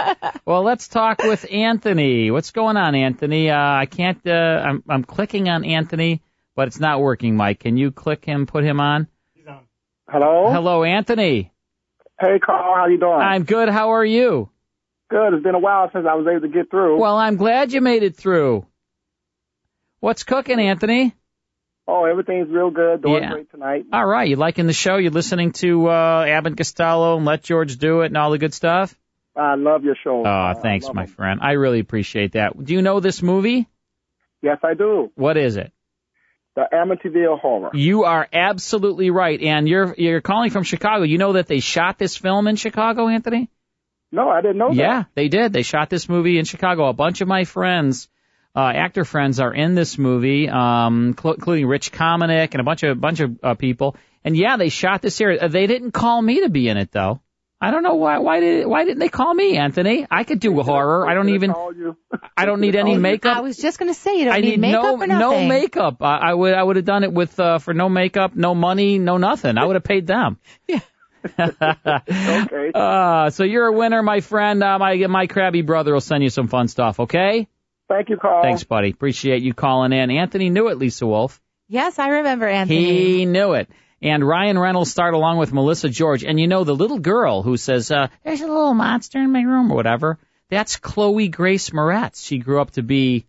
Speaker 1: Well, let's talk with Anthony. What's going on, Anthony? Uh, I can't. Uh, I'm I'm clicking on Anthony, but it's not working. Mike, can you click him? Put him on.
Speaker 17: Hello.
Speaker 1: Hello, Anthony.
Speaker 17: Hey, Carl. How you doing?
Speaker 1: I'm good. How are you?
Speaker 17: Good. It's been a while since I was able to get through.
Speaker 1: Well, I'm glad you made it through. What's cooking, Anthony?
Speaker 17: oh, everything's real good. Doing
Speaker 1: Yeah.
Speaker 17: great tonight.
Speaker 1: All right, you liking the show? You listening to uh, Abbott Costello and Let George Do It and all the good stuff?
Speaker 17: I love your show.
Speaker 1: Oh, thanks, my friend. I really appreciate that. Do you know this movie?
Speaker 17: Yes, I do.
Speaker 1: What is it?
Speaker 17: The Amityville Horror.
Speaker 1: You are absolutely right, and you're you're calling from Chicago. You know that they shot this film in Chicago, Anthony?
Speaker 17: No, I didn't know
Speaker 1: Yeah, they did. They shot this movie in Chicago. A bunch of my friends, uh, actor friends, are in this movie, um, cl- including Rich Comanick and a bunch of bunch of uh, people. And yeah, they shot this here. Uh, They didn't call me to be in it though. I don't know why. Why did why didn't they call me, Anthony? I could do horror. I don't even. I don't need any
Speaker 2: Oh, I
Speaker 1: makeup.
Speaker 2: was just going to say you don't
Speaker 1: I
Speaker 2: need,
Speaker 1: need
Speaker 2: makeup
Speaker 1: no
Speaker 2: or nothing.
Speaker 1: no makeup. I, I would I would have done it with uh, for no makeup, no money, no nothing. I would have paid them. okay. Uh, so you're a winner, my friend. Uh, my my crabby brother will send you some fun stuff. Okay.
Speaker 17: Thank you, Carl.
Speaker 1: Thanks, buddy. Appreciate you calling in. Anthony knew it, Lisa Wolf.
Speaker 2: Yes, I remember Anthony.
Speaker 1: He knew it. And Ryan Reynolds starred along with Melissa George. And you know the little girl who says, uh, "There's a little monster in my room" or whatever. That's Chloe Grace Moretz. She grew up to be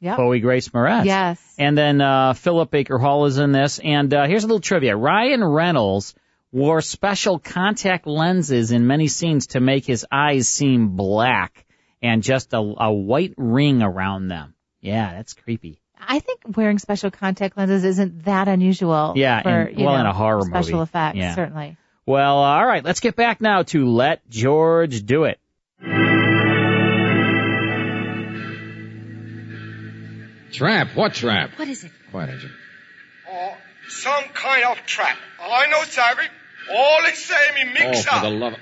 Speaker 2: Yep.
Speaker 1: Chloe Grace Moretz.
Speaker 2: Yes.
Speaker 1: And then uh, Philip Baker Hall is in this. And uh, here's a little trivia: Ryan Reynolds wore special contact lenses in many scenes to make his eyes seem black and just a, a white ring around them. Yeah, that's creepy.
Speaker 2: I think wearing special contact lenses isn't that unusual.
Speaker 1: Yeah,
Speaker 2: for,
Speaker 1: in-
Speaker 2: you
Speaker 1: well,
Speaker 2: know,
Speaker 1: in a horror
Speaker 2: special
Speaker 1: movie.
Speaker 2: effects,
Speaker 1: Yeah.
Speaker 2: certainly.
Speaker 1: Well, all right, let's get back now to Let George Do It.
Speaker 6: Trap? What trap?
Speaker 18: What is it?
Speaker 6: Quiet, Agent.
Speaker 18: Some kind of trap. I know, Savvy. All the same, he
Speaker 6: Oh,
Speaker 18: mix
Speaker 6: for
Speaker 18: up.
Speaker 6: the love of...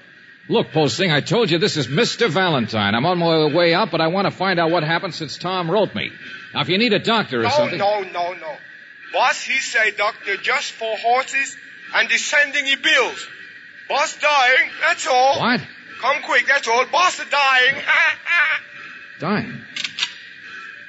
Speaker 6: Look, Posting, I told you this is Mr. Valentine. I'm on my way up, but I want to find out what happened since Tom wrote me. Now, if you need a doctor or
Speaker 18: No,
Speaker 6: something...
Speaker 18: no, no, no. Boss, he say doctor just for horses and descending he bills. Boss dying, that's all.
Speaker 6: What?
Speaker 18: Come quick, that's all. Boss dying.
Speaker 6: Dime.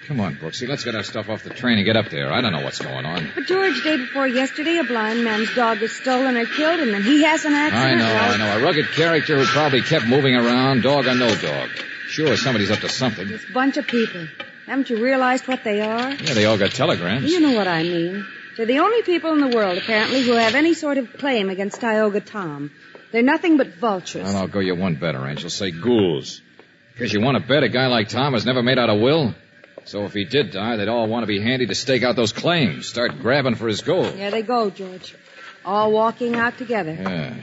Speaker 6: Come on, Brooksy, let's get our stuff off the train and get up there. I don't know what's going on.
Speaker 10: But George, day before yesterday, a blind man's dog was stolen or killed, and then he has an
Speaker 6: I
Speaker 10: accident.
Speaker 6: know, I know. A rugged character who probably kept moving around, dog or no dog. Sure, somebody's up to something.
Speaker 10: Bunch of people. Haven't you realized what they are?
Speaker 6: Yeah, they all got telegrams.
Speaker 10: You know what I mean. They're the only people in the world, apparently, who have any sort of claim against Tioga Tom. They're nothing but vultures.
Speaker 6: And I'll go you one better, Angel. Say ghouls. Because you want to bet a guy like Tom has never made out a will? So if he did die, they'd all want to be handy to stake out those claims, start grabbing for his gold.
Speaker 10: There they go, George. All walking out together.
Speaker 6: Yeah.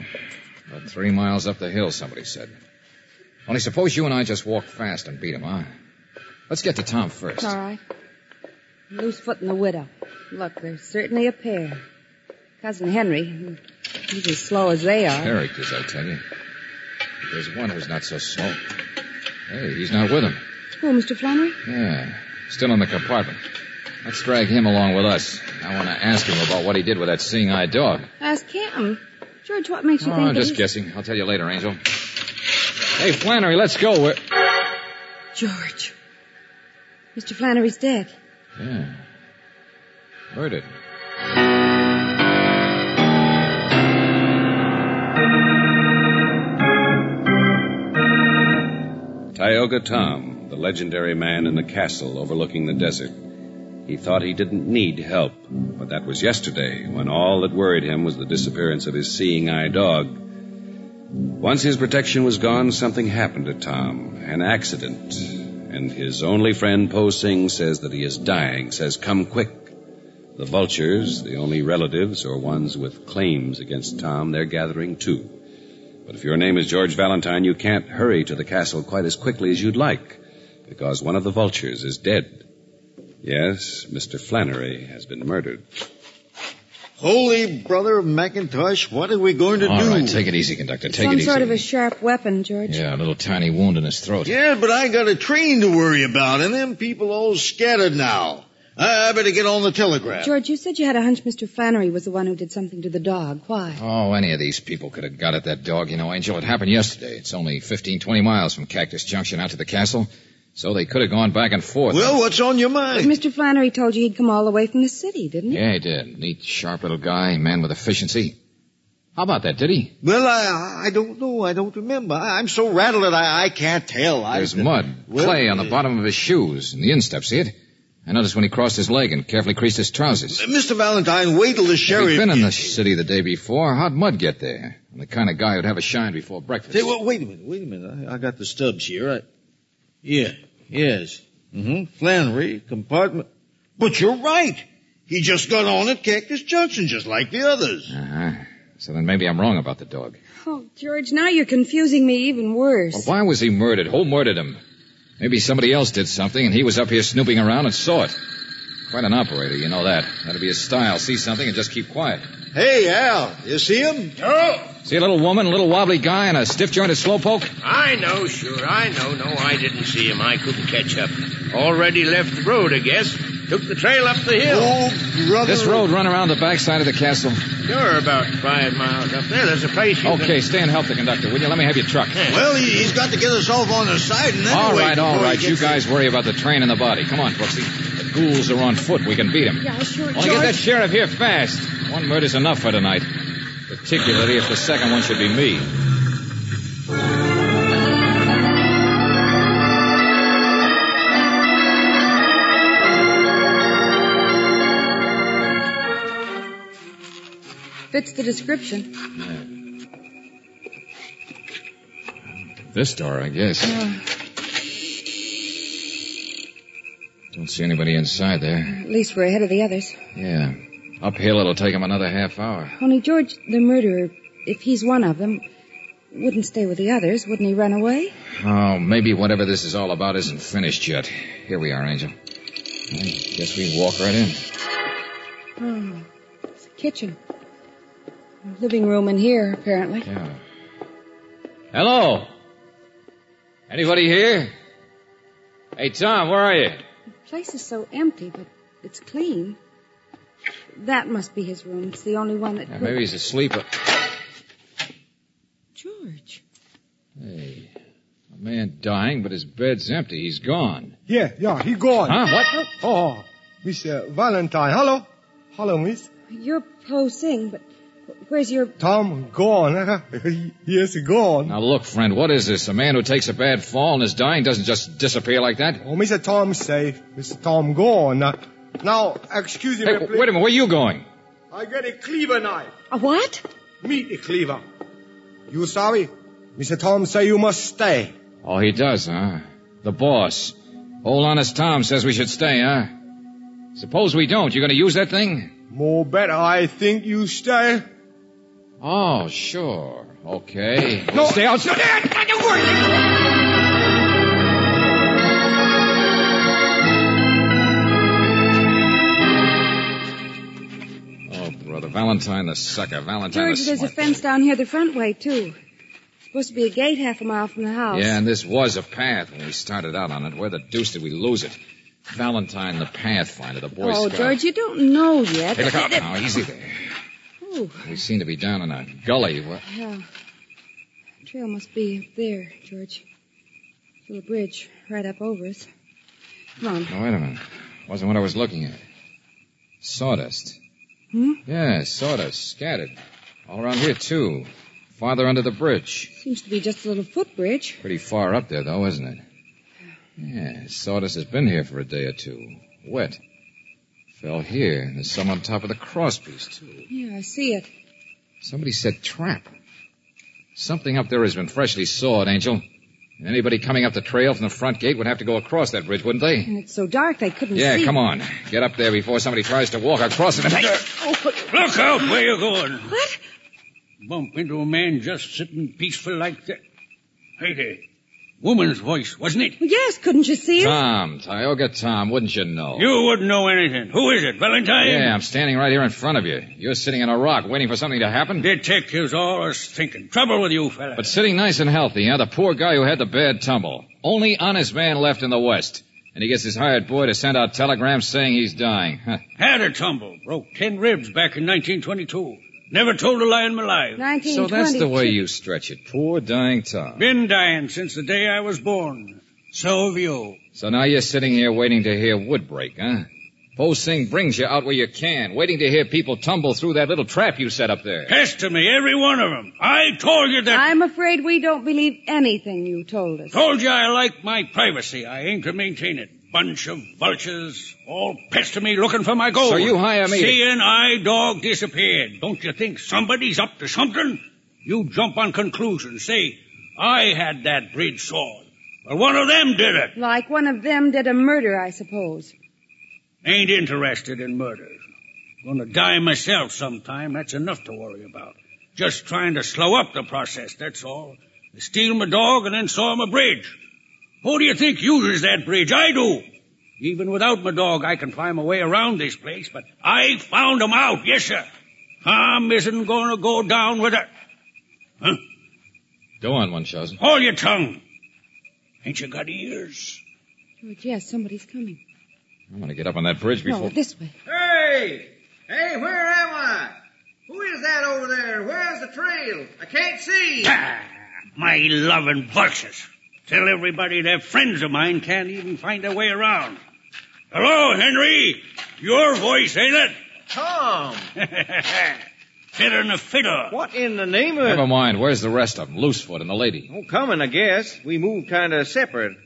Speaker 6: About three miles up the hill, somebody said. Only suppose you and I just walk fast and beat him, huh? Let's get to Tom first.
Speaker 10: All right. Loosefoot and the widow. Look, they're certainly a pair. Cousin Henry, he's as slow as they are.
Speaker 6: Characters, I tell you. But There's one who's not so slow. Hey, he's not with him.
Speaker 10: Oh, Mr. Flannery?
Speaker 6: Yeah. Still in the compartment. Let's drag him along with us. I want to ask him about what he did with that seeing eye dog.
Speaker 10: Ask him. George, what makes you
Speaker 6: Oh,
Speaker 10: think
Speaker 6: I'm
Speaker 10: that
Speaker 6: just
Speaker 10: he's-
Speaker 6: guessing. I'll tell you later, Angel. Hey, Flannery, let's go. We're...
Speaker 10: George. Mr. Flannery's dead.
Speaker 6: Yeah. Murdered.
Speaker 19: Tioga Tom, the legendary man in the castle overlooking the desert. He thought he didn't need help, but that was yesterday when all that worried him was the disappearance of his seeing eye dog. Once his protection was gone, something happened to Tom an accident. And his only friend, Po Sing, says that he is dying, says, Come quick. The vultures, the only relatives or ones with claims against Tom, they're gathering too. But if your name is George Valentine, you can't hurry to the castle quite as quickly as you'd like, because one of the vultures is dead. Yes, Mr. Flannery has been murdered.
Speaker 11: Holy brother of Macintosh, what are we going to
Speaker 6: All
Speaker 11: do?
Speaker 6: right, take it easy, conductor. Take
Speaker 10: Some
Speaker 6: it
Speaker 10: sort
Speaker 6: easy.
Speaker 10: of a sharp weapon, George.
Speaker 6: Yeah, a little tiny wound in his throat.
Speaker 11: Yeah, but I got a train to worry about, and them people all scattered now. I, I better get on the telegraph.
Speaker 10: George, you said you had a hunch Mr. Flannery was the one who did something to the dog. Why?
Speaker 6: Oh, any of these people could have got at that dog, you know, Angel. It happened yesterday. It's only fifteen, twenty miles from Cactus Junction out to the castle, so they could have gone back and forth.
Speaker 11: Well, what's on your
Speaker 10: But
Speaker 11: mind?
Speaker 10: Mr. Flannery told you he'd come all the way from the city, didn't he?
Speaker 6: Yeah, he did. Neat, sharp little guy, man with efficiency. How about that, did he?
Speaker 11: Well, I I don't know. I don't remember. I, I'm so rattled that I, I can't tell. I,
Speaker 6: There's mud,
Speaker 11: Well,
Speaker 6: clay on the bottom of his shoes and the instep, see it? I noticed when he crossed his leg and carefully creased his trousers.
Speaker 11: Mr. Uh, Valentine, wait till the
Speaker 6: If he'd
Speaker 11: sheriff.
Speaker 6: been in the city the day before, how'd mud get there? I'm the kind of guy who'd have a shine before breakfast.
Speaker 11: Say, well, wait a minute. Wait a minute. I, I got the stubs here. I, yeah. Yes. Mm-hmm. Flannery compartment. But you're right. He just got on at Cactus Junction, just like the others.
Speaker 6: Uh-huh. So then maybe I'm wrong about the dog.
Speaker 10: Oh, George, now you're confusing me even worse.
Speaker 6: Well, why was he murdered? Who murdered him? Maybe somebody else did something and he was up here snooping around and saw it. Quite an operator, you know that. That'll be his style. See something and just keep quiet.
Speaker 11: Hey, Al, you see him?
Speaker 18: No.
Speaker 6: See a little woman, a little wobbly guy, and a stiff jointed slowpoke?
Speaker 18: I know, sure, I know. No, I didn't see him. I couldn't catch up. Already left the road, I guess. Took the trail up the hill.
Speaker 11: Oh, brother.
Speaker 6: This road run around the backside of the castle.
Speaker 18: You're about five miles up there. There's a place you
Speaker 6: Okay, stay and help the conductor, will you? Let me have your truck.
Speaker 18: Well,
Speaker 11: he- he's got to get us off on the side and then
Speaker 6: All
Speaker 11: away
Speaker 6: right, all
Speaker 11: before he
Speaker 6: right. You
Speaker 11: gets
Speaker 6: guys worry about the train and the body. Come on, Brooksy. The ghouls are on foot. We can beat them.
Speaker 10: Yeah, sure,
Speaker 6: Want to get that sheriff here fast. One murder's enough for tonight. Particularly if the second one should be me.
Speaker 10: Fits the description.
Speaker 6: This door, I guess. Don't see anybody inside there.
Speaker 10: At least we're ahead of the others.
Speaker 6: Yeah. Uphill, it'll take him another half hour.
Speaker 10: Only George, the murderer, if he's one of them, wouldn't stay with the others. Wouldn't he run away?
Speaker 6: Oh, maybe whatever this is all about isn't finished yet. Here we are, Angel. I guess we walk right in.
Speaker 10: Oh, it's a kitchen. Living room in here, apparently.
Speaker 6: Yeah. Hello. Anybody here? Hey, Tom, where are you?
Speaker 10: place is so empty, but it's clean. That must be his room. It's the only one that.
Speaker 6: Yeah,
Speaker 10: could-
Speaker 6: maybe he's asleep.
Speaker 10: George.
Speaker 6: Hey, a man dying, but his bed's empty. He's gone.
Speaker 20: Yeah, yeah, he gone.
Speaker 6: Huh? What?
Speaker 20: Oh, Miss uh, Valentine. Hello. Hello, Miss.
Speaker 10: You're Po Sing, but where's your.
Speaker 20: Tom gone. yes, he gone.
Speaker 6: Now look, friend, what is this? A man who takes a bad fall and is dying doesn't just disappear like that.
Speaker 20: Oh, Mr. Tom safe. Mr. Tom gone. Uh, now, excuse
Speaker 6: Hey,
Speaker 20: me,
Speaker 6: w-
Speaker 20: please.
Speaker 6: wait a minute, where are you going?
Speaker 20: I got a cleaver knife.
Speaker 10: A what?
Speaker 20: Meet a cleaver. You sorry? Mr. Tom say you must stay.
Speaker 6: Oh, he does, huh? The boss. Old honest Tom says we should stay, huh? Suppose we don't. You gonna use that thing?
Speaker 20: More better, I think you stay.
Speaker 6: Oh, sure. Okay.
Speaker 20: No,
Speaker 6: stay out. Oh, brother. Valentine the sucker. Valentine
Speaker 10: George,
Speaker 6: the
Speaker 10: there's a
Speaker 6: smart.
Speaker 10: fence down here the front way, too. Supposed to be a gate half a mile from the house.
Speaker 6: Yeah, and this was a path when we started out on it. Where the deuce did we lose it? Valentine the Pathfinder, the Boy
Speaker 10: oh,
Speaker 6: Scout.
Speaker 10: George, you don't know yet.
Speaker 6: Hey, look out now. Easy there.
Speaker 10: Oh,
Speaker 6: We seem to be down in a gully. What?
Speaker 10: yeah. Trail must be up there, George. Little bridge right up over us. Come on.
Speaker 6: Now, wait a minute. Wasn't what I was looking at. Sawdust.
Speaker 10: Hmm?
Speaker 6: Yeah, sawdust scattered. All around here, too. Farther under the bridge.
Speaker 10: Seems to be just a little footbridge.
Speaker 6: Pretty far up there, though, isn't it? Yeah, sawdust has been here for a day or two. Wet. Fell here. and There's some on top of the crosspiece, too.
Speaker 10: Yeah, I see it.
Speaker 6: Somebody said trap. Something up there has been freshly sawed, Angel. And anybody coming up the trail from the front gate would have to go across that bridge, wouldn't they?
Speaker 10: And it's so dark they couldn't
Speaker 6: Yeah,
Speaker 10: see.
Speaker 6: come on. Get up there before somebody tries to walk across it.
Speaker 10: Oh, but...
Speaker 21: Look out where you're going.
Speaker 10: What?
Speaker 22: Bump into a man just sitting peaceful like that. Hey there. Woman's voice, wasn't it?
Speaker 10: Yes, couldn't you see it?
Speaker 21: Ah.
Speaker 6: Tom, Tioga Tom, wouldn't you know?
Speaker 21: You wouldn't know anything. Who is it, Valentine?
Speaker 6: Yeah, I'm standing right here in front of you. You're sitting on a rock waiting for something to happen?
Speaker 21: Detectives always thinking. Trouble with you, fella.
Speaker 6: But sitting nice and healthy, huh? The poor guy who had the bad tumble. Only honest man left in the West. And he gets his hired boy to send out telegrams saying he's dying. Huh.
Speaker 21: Had a tumble. Broke ten ribs back in 1922. Never told a lie in my life.
Speaker 6: So that's the way you stretch it. Poor dying Tom.
Speaker 21: Been dying since the day I was born. So have you.
Speaker 6: So now you're sitting here waiting to hear wood break, huh? Po Sing brings you out where you can, waiting to hear people tumble through that little trap you set up there.
Speaker 21: Pest to me, every one of them. I told you that.
Speaker 10: I'm afraid we don't believe anything you told us.
Speaker 21: Told you I like my privacy. I aim to maintain it. Bunch of vultures, all pest to me looking for my gold.
Speaker 6: So you hire me to-
Speaker 21: Seeing I dog disappeared. Don't you think somebody's up to something? You jump on conclusions. Say, I had that bridge sword. Well, one of them did it.
Speaker 10: Like one of them did a murder, I suppose.
Speaker 21: Ain't interested in murder. Gonna die myself sometime. That's enough to worry about. Just trying to slow up the process, that's all. They steal my dog and then saw my bridge. Who do you think uses that bridge? I do. Even without my dog, I can find my way around this place, but I found 'em out, yes, sir. Tom isn't gonna go down with it.
Speaker 6: Go on, Munchausen.
Speaker 21: Hold your tongue. Ain't you got ears?
Speaker 10: George, yes, somebody's coming.
Speaker 6: I'm gonna get up on that bridge
Speaker 10: No,
Speaker 6: before.
Speaker 10: this way.
Speaker 23: Hey! Hey, where am I? Who is that over there? Where's the trail? I can't see.
Speaker 21: Ah, my loving vultures. Tell everybody they're friends of mine can't even find their way around. Hello, Henry. Your voice, ain't it?
Speaker 23: Tom.
Speaker 21: Fitter than a fiddle.
Speaker 14: What in the name of...
Speaker 6: Never mind. Where's the rest of them? Loosefoot and the lady.
Speaker 14: Oh, coming, I guess. We moved kind of separate.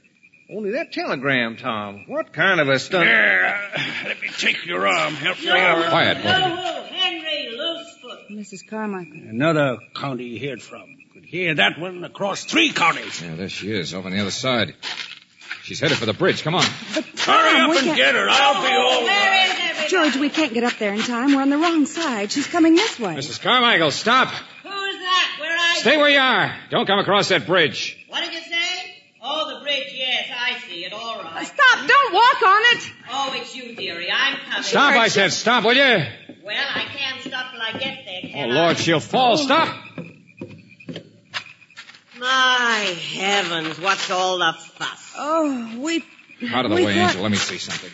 Speaker 14: Only that telegram, Tom. What kind of a stunt?
Speaker 21: Yeah, let me take your arm. Help me out.
Speaker 14: Quiet,
Speaker 24: Henry Loosefoot.
Speaker 10: Mrs. Carmichael.
Speaker 21: Another county you heard from. Could hear that one across three counties.
Speaker 6: Yeah, there she is, over on the other side. She's headed for the bridge. Come on.
Speaker 10: Hurry
Speaker 13: up and get her. I'll be all
Speaker 10: George, we can't get up there in time. We're on the wrong side. She's coming this way.
Speaker 6: Mrs. Carmichael, stop.
Speaker 9: Who's that? Where are you?
Speaker 6: Stay where you are. Don't come across that bridge.
Speaker 9: What did you say? Oh, the bridge. Yes, I see it. All right.
Speaker 10: Stop! Don't walk on it.
Speaker 9: Oh, it's you, dearie. I'm coming.
Speaker 6: Stop, I said. Stop, will you?
Speaker 9: Well, I can't stop till I get there.
Speaker 6: Oh, Lord, she'll fall. Stop.
Speaker 9: My heavens, what's all the fuss?
Speaker 10: Oh, we.
Speaker 6: Out of the way, Angel. Let me see something.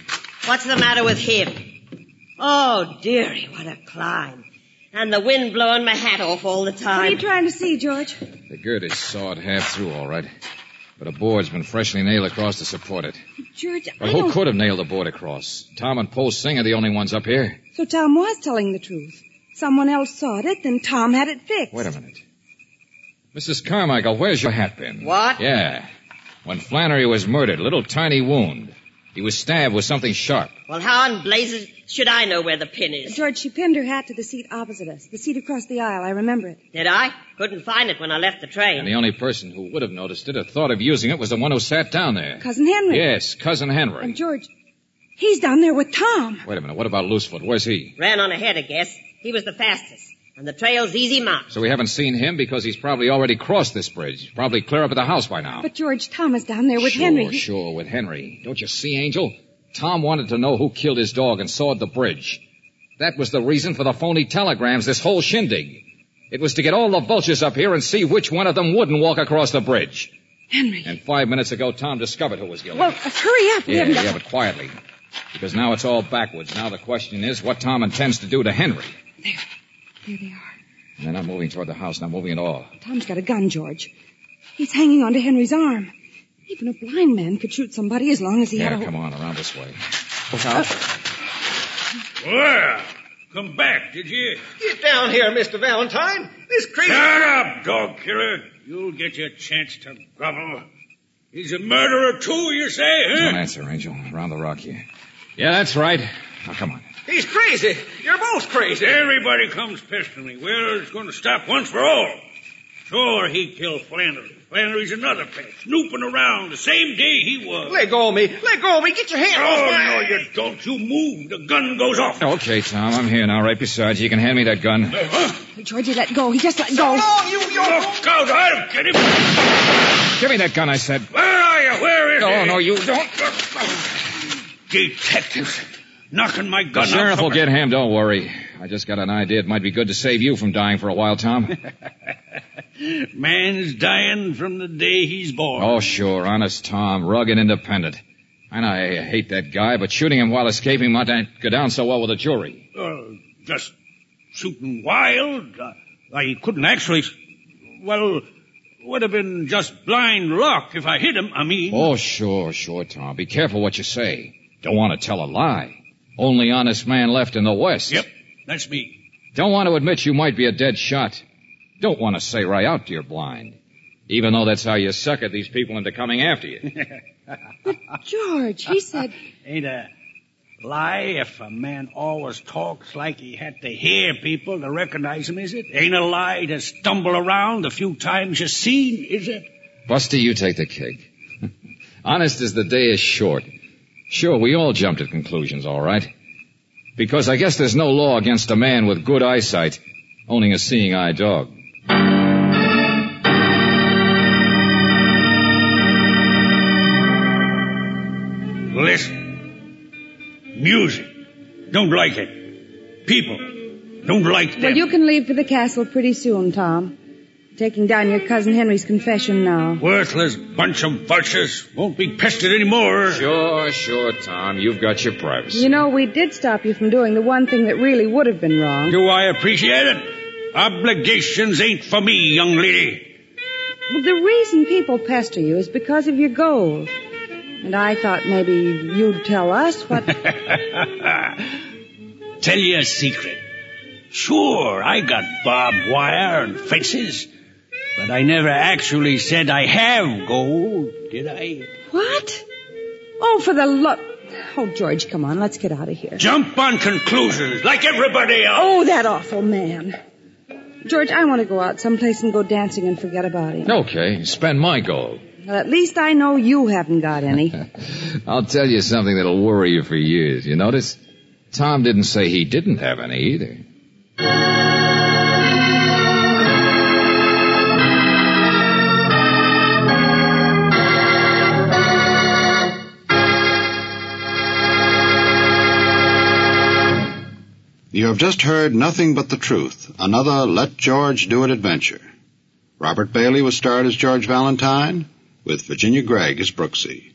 Speaker 9: What's the matter with him? Oh, dearie, what a climb. And the wind blowing my hat off all the time.
Speaker 10: What are you trying to see, George?
Speaker 6: The girder's sawed half through, all right. But a board's been freshly nailed across to support it.
Speaker 10: George,
Speaker 6: But
Speaker 10: I
Speaker 6: who
Speaker 10: don't...
Speaker 6: could have nailed a board across? Tom and Paul Singh are the only ones up here.
Speaker 10: So Tom was telling the truth. Someone else sawed it, then Tom had it fixed.
Speaker 6: Wait a minute. Mrs. Carmichael, where's your hat pin?
Speaker 9: What?
Speaker 6: Yeah. When Flannery was murdered, little tiny wound. He was stabbed with something sharp.
Speaker 9: Well, how in blazes should I know where the pin is?
Speaker 10: George, she pinned her hat to the seat opposite us, the seat across the aisle. I remember it.
Speaker 9: Did I? Couldn't find it when I left the
Speaker 6: And
Speaker 9: train.
Speaker 6: the only person who would have noticed it or thought of using it was the one who sat down there.
Speaker 10: Cousin Henry.
Speaker 6: Yes, Cousin Henry.
Speaker 10: And George, he's down there with Tom.
Speaker 6: Wait a minute. What about Loosefoot? Where's he?
Speaker 9: Ran on ahead, I guess. He was the fastest. And the trail's easy march.
Speaker 6: So we haven't seen him because he's probably already crossed this bridge. Probably clear up at the house by now.
Speaker 10: But George, Tom is down there with
Speaker 6: sure,
Speaker 10: Henry. He-
Speaker 6: sure, with Henry. Don't you see, Angel? Tom wanted to know who killed his dog and sawed the bridge. That was the reason for the phony telegrams, this whole shindig. It was to get all the vultures up here and see which one of them wouldn't walk across the bridge.
Speaker 10: Henry.
Speaker 6: And five minutes ago, Tom discovered who was guilty.
Speaker 10: Well, uh, hurry up. We
Speaker 6: yeah,
Speaker 10: haven't got-
Speaker 6: yeah, but quietly. Because now it's all backwards. Now the question is what Tom intends to do to Henry.
Speaker 10: There they are.
Speaker 6: And they're not moving toward the house, not moving at all.
Speaker 10: Tom's got a gun, George. He's hanging onto Henry's arm. Even a blind man could shoot somebody as long as he
Speaker 6: yeah,
Speaker 10: had a...
Speaker 6: come on, around this way. Look out.
Speaker 21: Well, come back, did you?
Speaker 15: Get down here, Mr. Valentine. This crazy.
Speaker 21: Shut up, dog killer. You'll get your chance to grovel. He's a murderer, too, you say, huh?
Speaker 6: Don't answer, Angel. Around the rock here. Yeah, that's right. Now, come on.
Speaker 21: He's crazy. You're both crazy. Everybody comes pestering me. Well, it's going to stop once for all. Sure, he killed Flannery. Flannery's another pet, snooping around the same day he was.
Speaker 15: Let go of me. Let go of me. Get your hand
Speaker 21: oh,
Speaker 15: off my...
Speaker 21: no, you don't. You move. The gun goes off.
Speaker 6: Okay, Tom, I'm here now, right beside you. You can hand me that gun.
Speaker 10: George, he let go. He just let go.
Speaker 21: Oh, you, you... Look out. I'll get him.
Speaker 6: Give me that gun, I said.
Speaker 21: Where are you? Where is
Speaker 6: No,
Speaker 21: he?
Speaker 6: no, you don't.
Speaker 21: Detectives. Knocking my
Speaker 6: The
Speaker 21: gun
Speaker 6: sheriff
Speaker 21: out.
Speaker 6: will get him, don't worry. I just got an idea. It might be good to save you from dying for a while, Tom.
Speaker 21: Man's dying from the day he's born.
Speaker 6: oh, sure, honest Tom, rugged independent. And I hate that guy, but shooting him while escaping might not go down so well with a jury.
Speaker 21: Uh, just shooting wild. Uh, I couldn't actually. Well, would have been just blind luck if I hit him. I mean,
Speaker 6: Oh, sure, sure, Tom. Be careful what you say. Don't want to tell a lie. Only honest man left in the West. Yep.
Speaker 21: that's me.
Speaker 6: Don't want to admit you might be a dead shot. Don't want to say right out you're blind. Even though that's how you suck at these people into coming after you.
Speaker 10: George, he said...
Speaker 21: Ain't a lie if a man always talks like he had to hear people to recognize him, is it? Ain't a lie to stumble around the few times you seen, is it?
Speaker 6: Buster, you take the cake. Honest as the day is short. Sure, we all jumped at conclusions, all right. Because I guess there's no law against a man with good eyesight owning a seeing eye dog.
Speaker 21: Listen. Music. Don't like it. People. Don't like them.
Speaker 10: Well, you can leave for the castle pretty soon, Tom. Taking down your cousin Henry's confession now.
Speaker 21: Worthless bunch of vultures. Won't be pestered anymore.
Speaker 6: Sure, sure, Tom. You've got your privacy.
Speaker 10: You know, we did stop you from doing the one thing that really would have been wrong.
Speaker 21: Do I appreciate it? Obligations ain't for me, young lady.
Speaker 10: Well, the reason people pester you is because of your gold. And I thought maybe you'd tell us what.
Speaker 21: Tell you a secret. Sure, I got barbed wire and fences, but I never actually said I have gold, did I?
Speaker 10: what? Oh, for the look. Oh, George, come on, let's get out of here.
Speaker 21: Jump on conclusions like everybody else.
Speaker 10: Oh, that awful man. George, I want to go out someplace and go dancing and forget about him.
Speaker 6: Okay, spend my gold.
Speaker 10: Well, at least I know you haven't got any.
Speaker 6: I'll tell you something that'll worry you for years. You notice? Tom didn't say he didn't have any either.
Speaker 7: You have just heard Nothing But the Truth, another Let George Do It adventure. Robert Bailey was starred as George Valentine, with Virginia Gregg as Brooksy.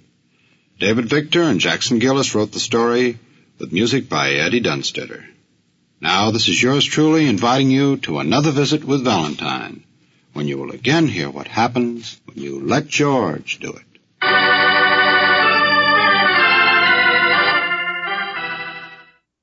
Speaker 7: David Victor and Jackson Gillis wrote the story, with music by Eddie Dunstetter. Now, this is yours truly inviting you to another visit with Valentine, when you will again hear what happens when you let George do it.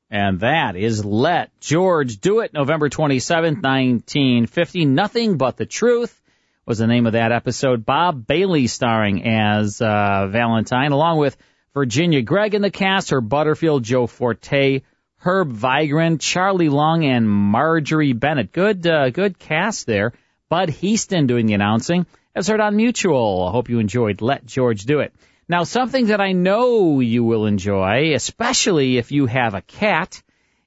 Speaker 1: And that is Let George Do It, November 27th, 1950. Nothing But the Truth was the name of that episode. Bob Bailey starring as uh, Valentine, along with Virginia Gregg in the cast, Herb Butterfield, Joe Forte, Herb Vigran, Charlie Long, and Marjorie Bennett. Good, uh, good cast there. Bud Heaston doing the announcing. As heard on Mutual. I hope you enjoyed Let George Do It. Now, something that I know you will enjoy, especially if you have a cat,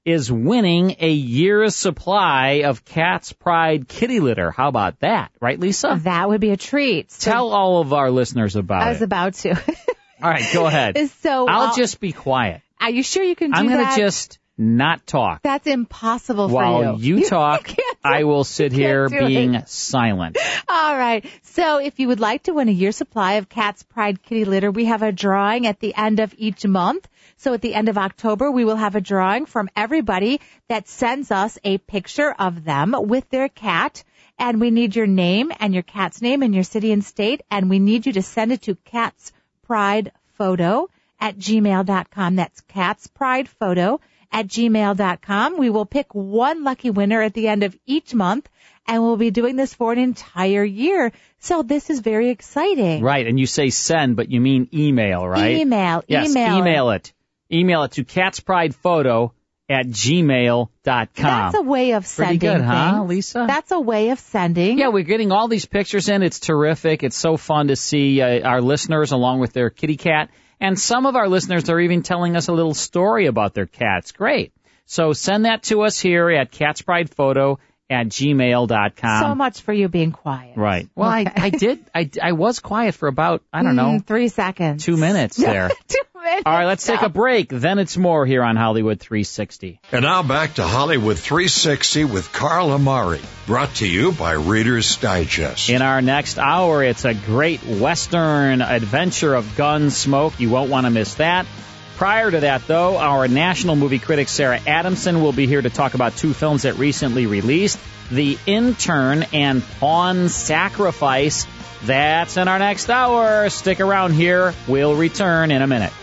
Speaker 1: is winning a year's supply of Cat's Pride kitty litter. How about that? Right, Lisa?
Speaker 2: That would be a treat.
Speaker 1: Tell all of our listeners about
Speaker 2: I was
Speaker 1: it.
Speaker 2: about to.
Speaker 1: all right, go ahead.
Speaker 2: So,
Speaker 1: I'll
Speaker 2: uh,
Speaker 1: just be quiet.
Speaker 2: Are you sure you can do
Speaker 1: I'm going
Speaker 2: that?
Speaker 1: to just not talk.
Speaker 2: That's impossible
Speaker 1: While
Speaker 2: for you.
Speaker 1: you, talk, I will sit here
Speaker 2: do it.
Speaker 1: being silent.
Speaker 2: All right. So if you would like to win a year's supply of Cat's Pride kitty litter, we have a drawing at the end of each month. So at the end of October, we will have a drawing from everybody that sends us a picture of them with their cat. And we need your name and your cat's name and your city and state. And we need you to send it to catspridephoto at gmail.com. That's catspridephoto at gmail.com. We will pick one lucky winner at the end of each month and we'll be doing this for an entire year. So this is very exciting.
Speaker 1: Right, and you say send, but you mean email, right?
Speaker 2: Email,
Speaker 1: yes,
Speaker 2: email it.
Speaker 1: email it. Email it to catspridephoto at gmail dot com.
Speaker 2: That's a way of sending
Speaker 1: Pretty good, huh,
Speaker 2: things.
Speaker 1: Lisa?
Speaker 2: That's a way of sending.
Speaker 1: Yeah, we're getting all these pictures in. It's terrific. It's so fun to see uh, our listeners along with their kitty cat. And some of our listeners are even telling us a little story about their cats. Great. So send that to us here at catspridephoto at gmail dot com.
Speaker 2: so much for you being quiet.
Speaker 1: Right. Well, I, I did. I, I was quiet for about, I don't know,
Speaker 2: Mm, three seconds.
Speaker 1: two minutes there.
Speaker 2: Two minutes.
Speaker 1: All right, let's take a break. Then it's more here on Hollywood 360.
Speaker 5: And now back to Hollywood 360 with Carl Amari, brought to you by Reader's Digest.
Speaker 1: In our next hour, it's a great Western adventure of gun smoke. You won't want to miss that. Prior to that, though, our national movie critic Sarah Adamson will be here to talk about two films that recently released The Intern and Pawn Sacrifice. That's in our next hour. Stick around here. We'll return in a minute.